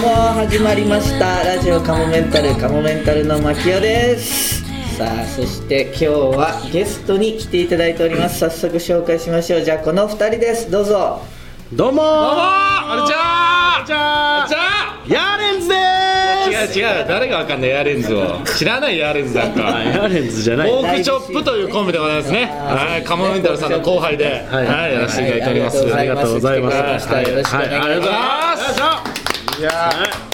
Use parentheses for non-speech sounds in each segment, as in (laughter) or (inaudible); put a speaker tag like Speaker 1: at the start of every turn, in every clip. Speaker 1: も始まりましたラジオカモメンタルカモメンタルの牧代ですさあそして今日はゲストに来ていただいております早速紹介しましょうじゃあこの2人ですどうぞ
Speaker 2: どうもー
Speaker 3: どうもーあれ
Speaker 2: じ
Speaker 3: ちゃー
Speaker 2: ゃ
Speaker 3: あれちゃ
Speaker 2: ヤーレンズでー
Speaker 3: ー違う違う誰がわかんないヤーレンズを知らないヤーレンズなん
Speaker 2: あヤ
Speaker 3: か
Speaker 2: ーレンズじゃ
Speaker 3: フ
Speaker 2: ない
Speaker 3: ォークチョップというコンビでございますねはいカモメンタルさんの後輩で
Speaker 2: はい
Speaker 3: はいやらせていただいております
Speaker 1: はいありが
Speaker 2: とうございます
Speaker 1: ありがとうございました
Speaker 2: はい
Speaker 1: よろしくお願いします
Speaker 3: ありがとうございます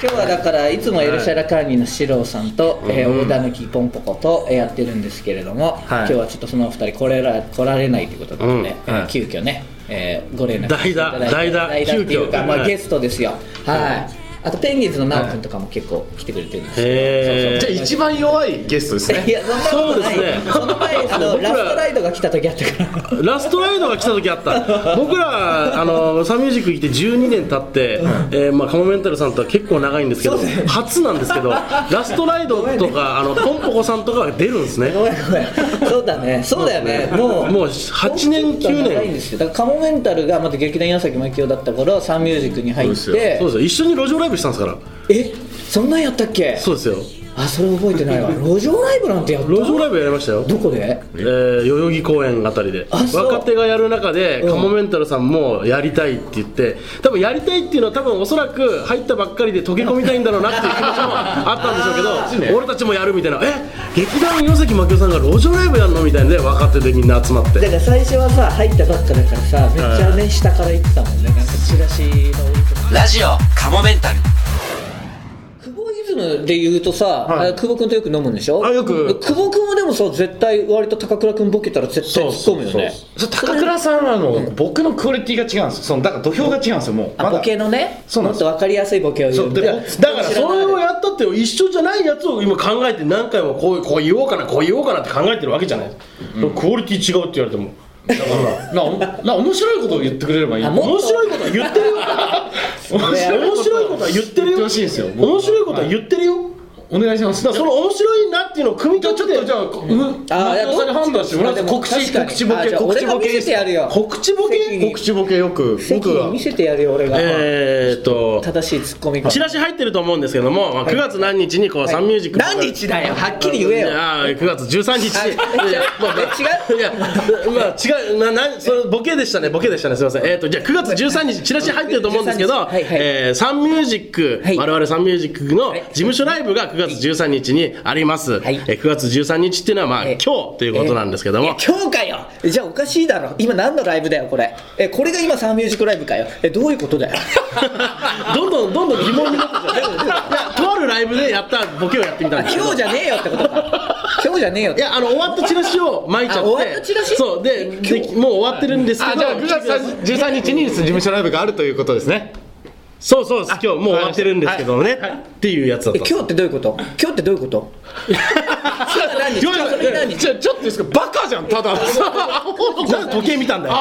Speaker 1: 今日はだからいつもエルシャラ会議の四郎さんと、えー、大田抜きポンポコとえーやってるんですけれども、今日はちょっとそのお二人来れら来られないということなので、
Speaker 3: う
Speaker 1: え
Speaker 3: ん
Speaker 1: ー
Speaker 3: はい
Speaker 1: 急遽ね、えーご連絡
Speaker 2: 代打
Speaker 1: いただいて
Speaker 2: 代打
Speaker 1: 代打っていうか、
Speaker 2: 急遽
Speaker 1: ま
Speaker 2: は
Speaker 1: あ、
Speaker 2: い
Speaker 1: ゲストですよはいあとペンギンズの奈く君とかも結構来てくれてるんですよ
Speaker 2: へ
Speaker 3: じゃあ一番弱いゲストです
Speaker 1: い
Speaker 3: ね
Speaker 1: やそんなことない
Speaker 2: そうですね
Speaker 1: その前その
Speaker 2: 僕ら
Speaker 1: ラストライドが来た時あったから
Speaker 2: (laughs) ーラストライドが来た時あ (laughs) った僕らあのサンミュージック来て12年経って、えーまあ、カモメンタルさんとは結構長いんですけど
Speaker 1: そうだよね
Speaker 2: 初なんですけ (laughs) どラストライドとか、あのポンポコさんとかが出るんですね
Speaker 1: ごめんごめんそうだねそうだよねもう
Speaker 2: もう8年
Speaker 1: 本当に長いん
Speaker 2: 9
Speaker 1: で
Speaker 2: 年
Speaker 1: すよだからカモメンタルがまた劇団岩崎真紀夫だった頃サンミュージックに入っ
Speaker 3: そうで
Speaker 2: そ
Speaker 1: て
Speaker 2: うですよ一緒に路上ライブしたんですから
Speaker 1: えそんなんやったっけ
Speaker 2: そうですよ
Speaker 1: あそれ覚えてないわ路上ライブなんてやった
Speaker 2: 路上ライブやりましたよ
Speaker 1: どこで
Speaker 2: えー、代々木公園あたりで
Speaker 1: あそう
Speaker 2: 若手がやる中で、
Speaker 1: うん
Speaker 2: カモメンタルさんもやりたいって言って多分やりたいっていうのは多分おそらく入ったばっかりで溶け込みたいんだろうなっていう気持ちもあったんでしょうけど俺たちもやるみたいなえ劇団岩崎真紀夫さんが路上ライブやるのみたいなんで若手でみんな集まって
Speaker 1: だから最初はさ入ったばっかだからさめっちゃね下から行ってたもんねなんかチラシの折りとか
Speaker 4: ラジオカモメンタル
Speaker 1: 久保イズムで言うとさ、あ久保君とよく飲むんでしょ
Speaker 3: あよく
Speaker 1: 久保君はでもさ絶対割と高倉君ボケたら絶対
Speaker 2: そ
Speaker 1: 突
Speaker 2: う
Speaker 1: っ込むよね
Speaker 3: そう高倉さんはあの僕のクオリティが違うんですよそのだから土俵が違うんですよもう
Speaker 1: あ
Speaker 3: ま
Speaker 1: ボ
Speaker 3: だ
Speaker 1: ケのね
Speaker 3: そうなん
Speaker 1: もっ
Speaker 3: です
Speaker 1: と分かりやすいボケを言
Speaker 3: そううで
Speaker 2: いやだからそれをやったって一緒じゃないやつを今考えて何回もこうこう言おうかなこう言おうかなって考えてるわけじゃない、クオリティ違うって言われても
Speaker 3: だからなおな面白いことを言ってくれればいい
Speaker 1: あ
Speaker 3: 面
Speaker 1: もっと
Speaker 2: 面白いことは言ってるよ面白いことは言ってる
Speaker 3: 言っ
Speaker 2: よ
Speaker 3: てほしいんですよ
Speaker 2: 面白いことは言ってるよ、
Speaker 3: お願いします
Speaker 2: だからその面白いなっていうのを組み立てて
Speaker 3: じゃあ、うん、
Speaker 1: あーいや
Speaker 3: さんに判断してもらって
Speaker 1: どっ
Speaker 3: 告
Speaker 1: ちか
Speaker 3: 知告知
Speaker 1: でも
Speaker 3: ボ
Speaker 1: 確かにあじ
Speaker 3: ケ
Speaker 1: ゃあ俺
Speaker 3: 告知
Speaker 1: が
Speaker 3: ボケ
Speaker 1: 見せてやるよ
Speaker 3: 告知ボ
Speaker 1: 席
Speaker 3: ケ
Speaker 1: に
Speaker 3: 告知ボケよく僕
Speaker 1: 席
Speaker 3: は
Speaker 1: 見せてやるよ俺が、
Speaker 2: えーっと
Speaker 1: 正しいツッコミが
Speaker 2: チラシ入ってると思うんですけども、まあ9月何日にこうサンミュージック
Speaker 1: 何日だよはっきり言えよ
Speaker 2: ああ9月13日
Speaker 1: はい
Speaker 2: いや
Speaker 1: (laughs)
Speaker 2: まあまあ
Speaker 1: 違う
Speaker 2: いやまあ違うななそれボケでしたねボケでしたねすみませんえっ、とじゃあ9月13日チラシ入ってると思うんですけど、
Speaker 1: はいはい
Speaker 2: えーサンミュージック、
Speaker 1: はい
Speaker 2: 我々サンミュージックの
Speaker 1: い
Speaker 2: 事務所ライブが9月13日にあります、
Speaker 1: はい
Speaker 2: えー9月13日っていうのはまあ、
Speaker 1: えー
Speaker 2: 今日ということなんですけど
Speaker 1: い
Speaker 2: も、
Speaker 1: や今日かよじゃあおかしいだろ今何のライブだよこれえこれが今サンミュージックライブかよえどういうことだよ
Speaker 2: (laughs) どんどんどんどん疑問になってきちゃういやとあるライブでやったボケをやってみたんですけど
Speaker 1: 今日じゃねえよってことか今日じゃねえよっ
Speaker 2: い
Speaker 1: て
Speaker 2: やあの終わったチラシを巻いちゃっ
Speaker 1: あ
Speaker 2: て
Speaker 1: 終わったチラシ
Speaker 2: そうででもう終わってるんですけど
Speaker 3: あじゃあ9月13日に事務所ライブがあるということです (laughs) ね
Speaker 2: そうそうです今日もう終わってるんですけどね、っていうやつだっ
Speaker 1: え
Speaker 2: たんです
Speaker 1: 今日ってどういうこと今日ってどういうこ
Speaker 2: (laughs)
Speaker 1: と今日は何今日はそれ何
Speaker 3: ちょちょっとですかバカじゃんただアホの
Speaker 2: なんで時計見たんだよ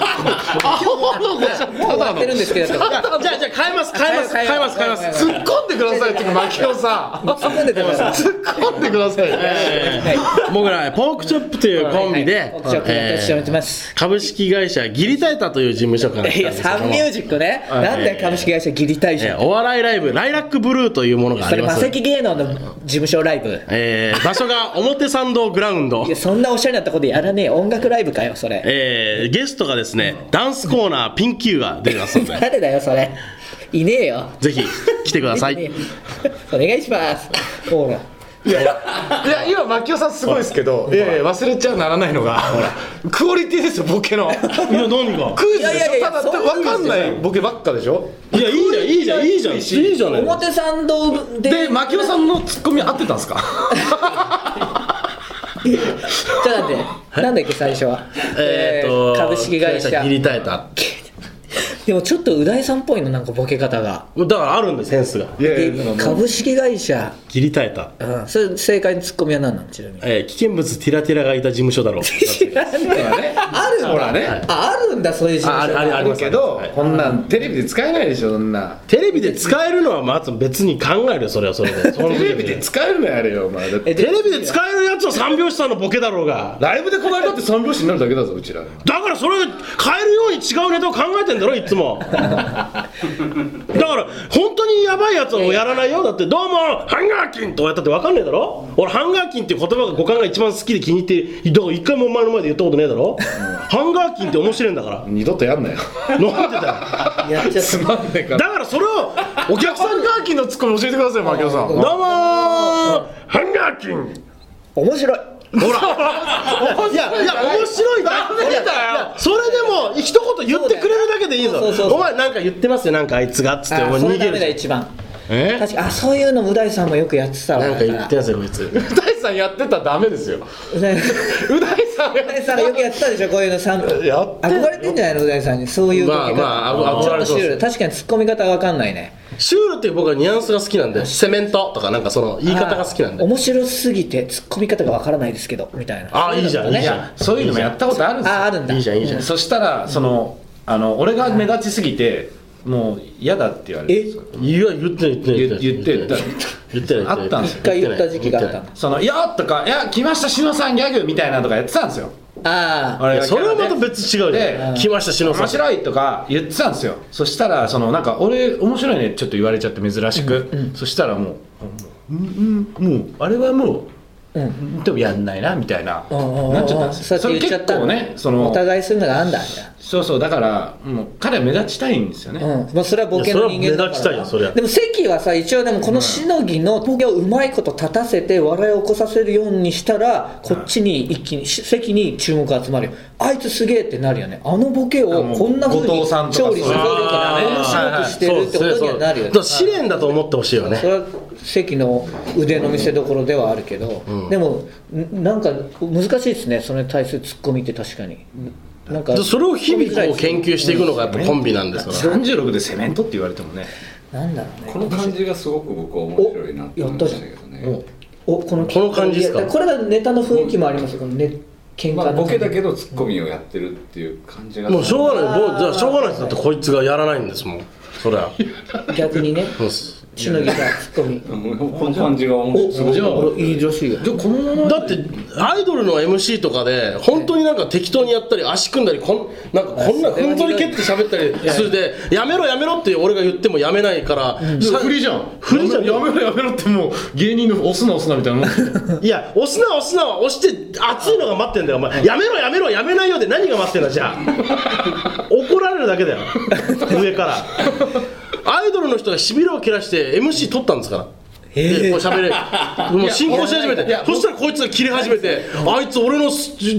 Speaker 3: アホの子じゃん
Speaker 1: もう
Speaker 3: た
Speaker 1: 終わ
Speaker 3: だ
Speaker 1: っ
Speaker 3: の
Speaker 1: てるんですけど
Speaker 2: じゃあじゃあじゃあ変えます変えます
Speaker 1: 変え
Speaker 2: 変
Speaker 1: よ
Speaker 2: え
Speaker 1: う
Speaker 2: ます変えます
Speaker 1: 変えよう
Speaker 3: 突っ込んでくださいちょっとマキオさん
Speaker 1: 突っ込んでください
Speaker 3: 突っ込んでください
Speaker 2: えー僕らポークチョップというコンビ
Speaker 1: は
Speaker 2: で
Speaker 1: いはいはいポークチョップやっております
Speaker 2: えー株式会社ギリタイタという事務所から来
Speaker 1: いや
Speaker 2: たんですけ
Speaker 1: サ
Speaker 2: ど
Speaker 1: ン
Speaker 2: も
Speaker 1: ミュージックねなんで株式会社ギリ大
Speaker 2: え
Speaker 1: 社
Speaker 2: ーお笑いライブライラックブルーというものがあ
Speaker 1: それ
Speaker 2: りま
Speaker 1: マ
Speaker 2: す
Speaker 1: セキ芸能の事務所ライブ
Speaker 2: えー場所が表参道グラウンド
Speaker 1: いやそんなおしゃれなとこでやらねえよ音楽ライブかよそれ
Speaker 2: えーゲストがですねダンスコーナーピンキューが出てます
Speaker 1: (laughs)
Speaker 2: ので
Speaker 1: 誰だよそれいねえよ
Speaker 2: ぜひ来てください
Speaker 1: ねえよお願いしますほら
Speaker 3: いやいや今マキオさんすごいですけどいやいや忘れちゃならないのがクオリティですよボケの
Speaker 2: いや何が
Speaker 3: クイズ
Speaker 1: いやいやい
Speaker 3: でし
Speaker 1: や
Speaker 3: ょただ
Speaker 1: そういう
Speaker 3: 分か
Speaker 1: クイズで
Speaker 3: ん
Speaker 1: すよ
Speaker 3: ないボケばっかでしょ
Speaker 2: いやいいじゃんいいじゃんいいじゃんいいじゃない
Speaker 1: 表参道で
Speaker 3: でマキオさんのツッコミ合ってたんですか
Speaker 1: ちょっと待ってなんだっけ最初は
Speaker 2: えーと
Speaker 1: えー株式会社
Speaker 2: 切り替えた
Speaker 1: でもちょっとう大さんっぽいのなんかボケ方が
Speaker 2: だからあるんでセンスが
Speaker 3: いやいや
Speaker 1: で株式会社
Speaker 2: 切り替えた、
Speaker 1: うんそれ正解のツッコミは何なのちなみに
Speaker 2: えー危険物ティラティラがいた事務所だろう
Speaker 1: 知らねえあるんだ
Speaker 3: ほらね
Speaker 1: ああるんだそういう事
Speaker 2: ああ
Speaker 1: 務所
Speaker 2: れあれあり
Speaker 3: だ
Speaker 2: ます
Speaker 3: けど、
Speaker 2: はい
Speaker 3: こんなんテレビで使えないでしょそんな
Speaker 2: テレビで使えるのはまず別に考えるよそれはそれでその
Speaker 3: テ
Speaker 2: 時
Speaker 3: レ
Speaker 2: 点
Speaker 3: ビで
Speaker 2: で
Speaker 3: 使えるのやれよお前だって
Speaker 2: テレビで使えるやつは三拍子さんのボケだろうが
Speaker 3: ライブでこないだって三拍子になるだけだぞうちら
Speaker 2: だからそれ変えるように違うネタを考えてんだろいつもだから本当にやばいやつをやらないよだってどうもハンガーキンとかやったって分かんねえだろ俺ハンガーキンっていう言葉が五感が一番好きで気に入ってだから一回もお前の前で言ったことねえだろハンガーキンって面白いんだから
Speaker 3: 二度とやんなよ
Speaker 2: 飲んでたよ
Speaker 1: やっちゃった
Speaker 3: つまんねえか
Speaker 2: だ
Speaker 3: ら
Speaker 2: からそれをお客さん
Speaker 5: ハンガーキンのツッコミ教えてください槙尾さん
Speaker 2: どうもーハンガーキン
Speaker 1: 面白い
Speaker 2: ほらいやいや面白いな
Speaker 5: でだよ
Speaker 2: いやいやそれでも一言言ってくれるだけでいい
Speaker 1: そ
Speaker 2: ぞ
Speaker 1: うそうそう
Speaker 2: お前なんか言ってますよなんかあいつがっつってお
Speaker 1: あ
Speaker 2: 前
Speaker 1: それ
Speaker 2: 逃げ
Speaker 1: ダメだ
Speaker 2: るじゃん
Speaker 1: 一番
Speaker 5: え
Speaker 1: 確かあそういうのう大さんもよくやってたわ
Speaker 2: なんか言ってますよこいつ
Speaker 5: う大さんやってたらダメですよ
Speaker 1: う大
Speaker 5: う大さんや
Speaker 1: う大さんがよくやってたでしょこういうのさん
Speaker 5: やって
Speaker 1: 憧れてんじゃないのう大さんにそういう時
Speaker 2: まあまああ
Speaker 1: ちょっとシュー
Speaker 2: 憧れ
Speaker 1: ル確かに突っ込み方がわかんないね
Speaker 2: シュールっていう僕はニュアンスが好きなんでセメントとかなんかその言い方が好きなんで
Speaker 1: 面白すぎて突っ込み方がわからないですけどみたいな
Speaker 2: あいいじゃんいいじゃん
Speaker 3: そういうのもやったことあるんですよ
Speaker 1: ああるんだ
Speaker 2: いいじゃんいいじゃん
Speaker 3: そしたらそのあの俺が目立ちすぎてもう嫌だって言われて
Speaker 2: いや言ってない言ってない
Speaker 3: 言っ
Speaker 2: ない
Speaker 3: てた
Speaker 2: 言ってない
Speaker 3: あったんですよ
Speaker 1: 一回言った時期があったの
Speaker 3: その「いや」とか「いや来ました篠さんギャグ」みたいなのとかやってたんですよ
Speaker 1: ああ
Speaker 3: 俺
Speaker 2: いや
Speaker 3: がキ
Speaker 2: そ
Speaker 3: ャ
Speaker 2: れ
Speaker 3: ラ
Speaker 2: は
Speaker 3: で
Speaker 2: また別違うじゃん
Speaker 3: で
Speaker 2: 来ました篠
Speaker 3: 面
Speaker 2: さん
Speaker 3: 白いとか言ってたんですよそしたらそのなんか俺面白いねちょっと言われちゃって珍しく、そしたらもううんうんもうあれはもう、うん、でもやんないなみたいな、なっちゃったんですよ
Speaker 1: そ
Speaker 3: そ
Speaker 1: れ
Speaker 3: れ
Speaker 1: 結
Speaker 3: 結
Speaker 1: 構
Speaker 3: 構
Speaker 1: ね
Speaker 3: ね
Speaker 1: そ
Speaker 3: そ
Speaker 1: の
Speaker 3: の
Speaker 1: お互いそういうのがあんだじゃ
Speaker 3: そうそうだからもう彼は目立ちたいんですよね、
Speaker 1: うん、まあ、それはボケの人間だから
Speaker 2: いやそれは目立ちたいよそりゃ
Speaker 1: でも関はさ一応でもこのしのぎのボケをうまいこと立たせて笑いを起こさせるようにしたらこっちに一気にし関に注目が集まるよあいつすげえってなるよねあのボケをこんなふうに
Speaker 3: 後藤さんとか
Speaker 1: 調理する
Speaker 3: そういうの
Speaker 1: から面白くしてるってことにはなるよ
Speaker 2: だ
Speaker 1: ね
Speaker 2: から試練だと思ってほしいよね
Speaker 1: それは関の腕の見せ所ではあるけど、でもんなんか難しいですねそれに対するツッコミって確かになんか
Speaker 2: でそれを日々こう研究していくのがやっぱコンビなんですから
Speaker 3: 36でセメントって言われてもね
Speaker 1: なんだろうね
Speaker 6: この感じがすごく僕は面白いなって思いましたけどね、
Speaker 1: おこの
Speaker 2: この感じですか
Speaker 1: いやこれがネタの雰囲気もありますよこのね喧嘩の
Speaker 6: まあ、ボケだけ
Speaker 1: ど
Speaker 6: どツッコミをやってるっていう感じが
Speaker 2: もうしょうがないもう
Speaker 1: あー
Speaker 2: じゃあしょうがないですだってこいつがやらないんですもんそ
Speaker 3: (laughs)
Speaker 2: りゃ
Speaker 1: 逆にね
Speaker 2: そうっす
Speaker 1: しのぎがツッコミ
Speaker 6: この感じが面白いすごい
Speaker 1: じゃあいい女子よ
Speaker 3: でこのまま
Speaker 2: だってアイドルの MC とかで本当になんか適当にやったり足組んだりこんなんかこんなふんぞり蹴って喋ったりするでやめろやめろって俺が言ってもやめないからさ
Speaker 3: 振りじゃん
Speaker 2: 振りじゃん
Speaker 3: やめろやめろってもう芸人の押すな押すなみたいなも
Speaker 2: (laughs)
Speaker 3: ん
Speaker 2: いや押すな押すなは押して熱いのが待ってんだよお前やめろやめろやめないよで何が待ってんだじゃあ
Speaker 3: (laughs)
Speaker 2: 怒られるだけだよ上からアイドルの人がしびれを切らして MC 取ったんですからでこう
Speaker 3: (laughs)
Speaker 2: 喋れもう進行し始め
Speaker 3: いや
Speaker 2: てそしたらこいつが切り始めてあいつ俺の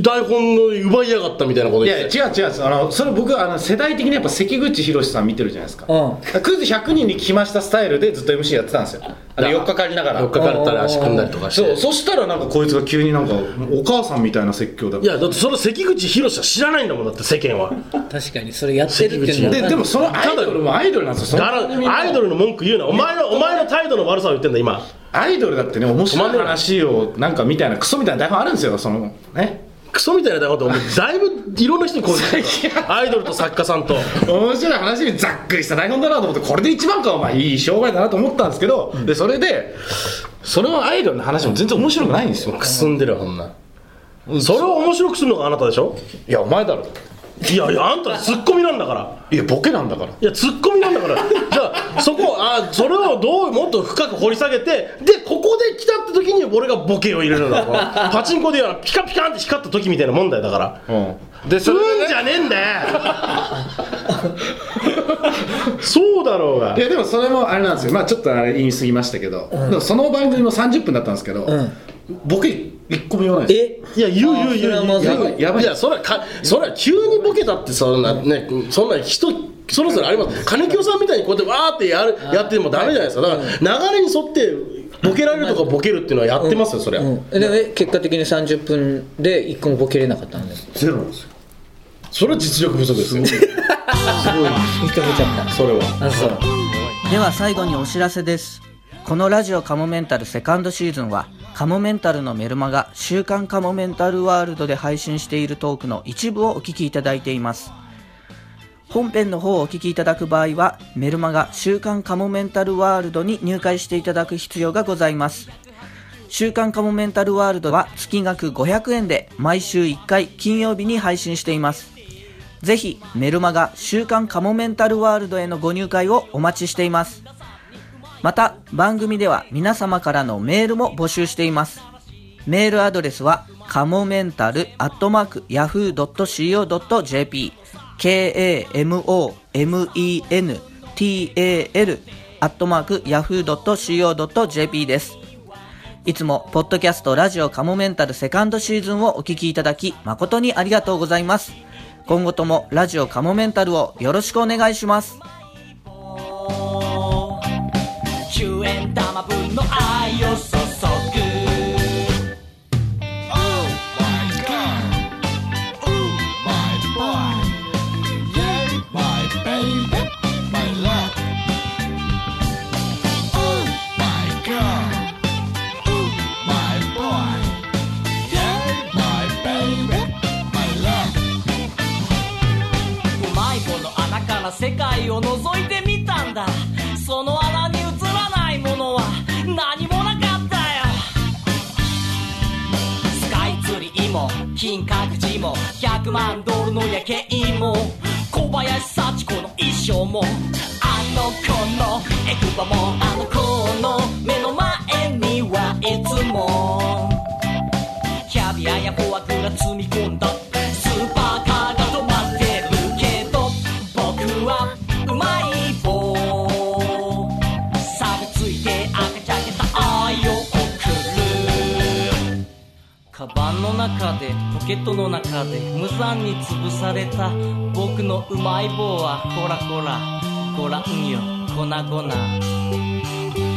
Speaker 2: 台本の奪いやがったみたいなこと
Speaker 3: い
Speaker 2: 言
Speaker 3: や違
Speaker 2: っ
Speaker 3: う
Speaker 2: て
Speaker 3: 違うあのそれ僕あの世代的にやっぱ関口宏さん見てるじゃないですか、
Speaker 1: う
Speaker 3: クイズ100人に来ましたスタイルでずっと MC やってたんですよあの4日借りながら
Speaker 2: 4日かかったり足組んだりとかし
Speaker 3: そう
Speaker 2: て
Speaker 3: そしたらなんかこいつが急になんかお母さんみたいな説教だ
Speaker 2: いやだってその関口宏は知らないんだもんだって世間は
Speaker 1: 確かにそれやってるっていうの
Speaker 3: ででもそのアイドルもアイドルなんですよそ
Speaker 2: だから
Speaker 3: の
Speaker 2: アイドルの文句言うなお前のお前の態度の悪さを言ってんだ今
Speaker 3: アイドルだってね面白い話をなんかみたいなクソみたいな台本あるんですよそのね
Speaker 2: クソみたいなだことだいぶいろんな人にこうアイドルと作家さんと
Speaker 3: 面白い話にざっくりした台本だなと思ってこれで一番かお前いい商売だなと思ったんですけど、でそれでそのアイドルの話も全然面白くないんですよ
Speaker 2: くすんでるよそんなそれを面白くするのがあなたでしょ
Speaker 3: いやお前だろ
Speaker 2: いやいやあんたツッコミなんだから
Speaker 3: いやボケなんだから
Speaker 2: いやツッコミなんだからじゃあそこあそれをどうもっと深く掘り下げてでここで来たって時に俺がボケを入れるのだこのパチンコでやらピカピカンって光った時みたいな問題だから
Speaker 3: うんで
Speaker 2: そ
Speaker 3: それで
Speaker 2: う
Speaker 3: ね
Speaker 2: んじゃねえん
Speaker 3: (laughs)
Speaker 2: だよそうだろうが
Speaker 3: いやでもそれもあれなんですよまあちょっとあれ言い過ぎましたけど、でもその番組も30分だったんですけど、ボケ一個も言わないです
Speaker 1: え
Speaker 2: いや、言う言う言う
Speaker 1: あーそれはま
Speaker 2: 言う。
Speaker 1: ずい
Speaker 2: やばい、やばい。いや、それはか、それは急にボケたって、そんな、ね、そんな人、そろそろあります。金清さんみたいにこうやってわーってやる、やってもダメじゃないですか。だから、流れに沿って、ボケられるとかボケるっていうのはやってますよ、そりゃ。
Speaker 1: うん、でもえ結果的に30分で一個もボケれなかったんで
Speaker 3: ゼロなんですよ
Speaker 2: それは実力不足ですよ。
Speaker 1: 認めちゃった
Speaker 2: それは。
Speaker 1: あそうでは最後にお知らせですこのラジオカモメンタルセカンドシーズンはカモメンタルのメルマガ週刊カモメンタルワールドで配信しているトークの一部をお聞きいただいています本編の方をお聞きいただく場合はメルマガ週刊カモメンタルワールドに入会していただく必要がございます週刊カモメンタルワールドは月額500円で毎週1回金曜日に配信していますぜひメルマガ週刊カモメンタルワールドへのご入会をお待ちしていますまた番組では皆様からのメールも募集していますメールアドレスはカモメンタルアットマークヤフー .co.jp k-a-m-o-m-e-n-t-a-l アットマークヤフー .co.jp ですいつも、ポッドキャストラジオカモメンタルセカンドシーズンをお聞きいただき、誠にありがとうございます。今後ともラジオカモメンタルをよろしくお願いします。
Speaker 7: 10円玉分の愛を注ぐ Oh my god Oh my boy Yeah my baby my love Oh my god Oh my boy Yeah my baby my love うまい棒の穴から世界を覗いてみたんだその穴に映らないものは何もなかったよスカイツリーも金閣寺も100万ドルの夜景も小林幸子の衣装もあの子のエクバもあの子の目の前にはいつもキャビアやフォアグラ積み込んだスーパーカーが止まってるけど僕はうまい棒錆びついて赤ちゃけた愛を送るカバンの中でポケットの中で無残に潰された僕のうまい棒はこらこらご覧よ粉々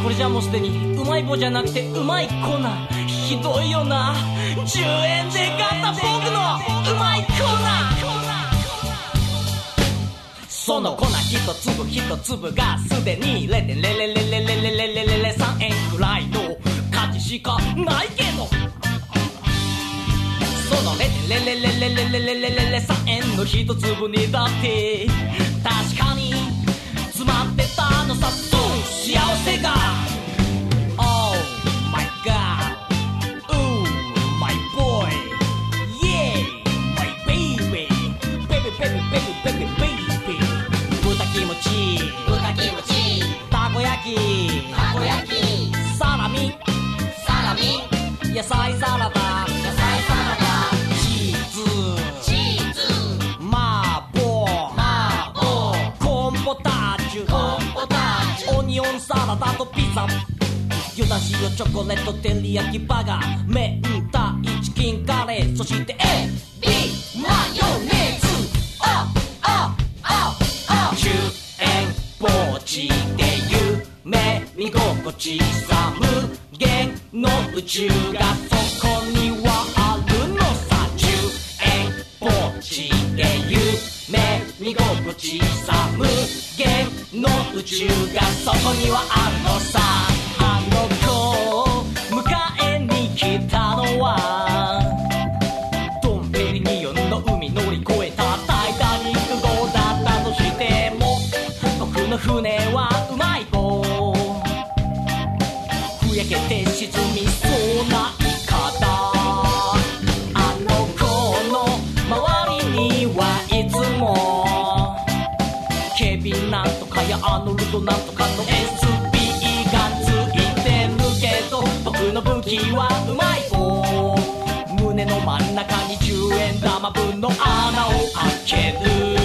Speaker 7: これじゃもうすでにうまい棒じゃなくてうまい粉ひどいよな10円で買った僕のうまい粉その粉一粒一粒がすでに0.0000003円くらいの価値しかないけどその0.0000003円の一粒にだって確かに詰まってたのさそう幸せが Oh my god Oh my boy Yeah my baby Baby baby baby baby baby 豚キムチ
Speaker 8: 豚キムチ
Speaker 7: たこ焼き
Speaker 8: たこ焼き
Speaker 7: サラミ
Speaker 8: サラミ
Speaker 7: 野菜サラ
Speaker 8: 野
Speaker 7: ダ
Speaker 8: 菜サラダ
Speaker 7: チーズ
Speaker 8: チーズ
Speaker 7: 麻婆
Speaker 8: 麻婆
Speaker 7: コーンポタージュ
Speaker 8: コーンポタージュ
Speaker 7: オニオンサラダとピザユダシオチョコレート照り焼きバーガー明太チキンカレーそして
Speaker 8: B マヨネーズああああ
Speaker 7: 10円ポーチで夢見心地さ無限の宇宙がそこにはあるのさ10円ポーチで夢見心地さ無限の宇宙がそこにはあるのさあの子を迎えに来たのはドンペリニオンの海乗り越えたタイタニック号だったとしても僕の船はうまい棒ふやけて沈みそうな言い方あの子の周りにはいつも警備なんとかやアーノルドなんとかの SB がついてるけど僕の武器はうまい棒胸の真ん中に10円玉分の穴を開ける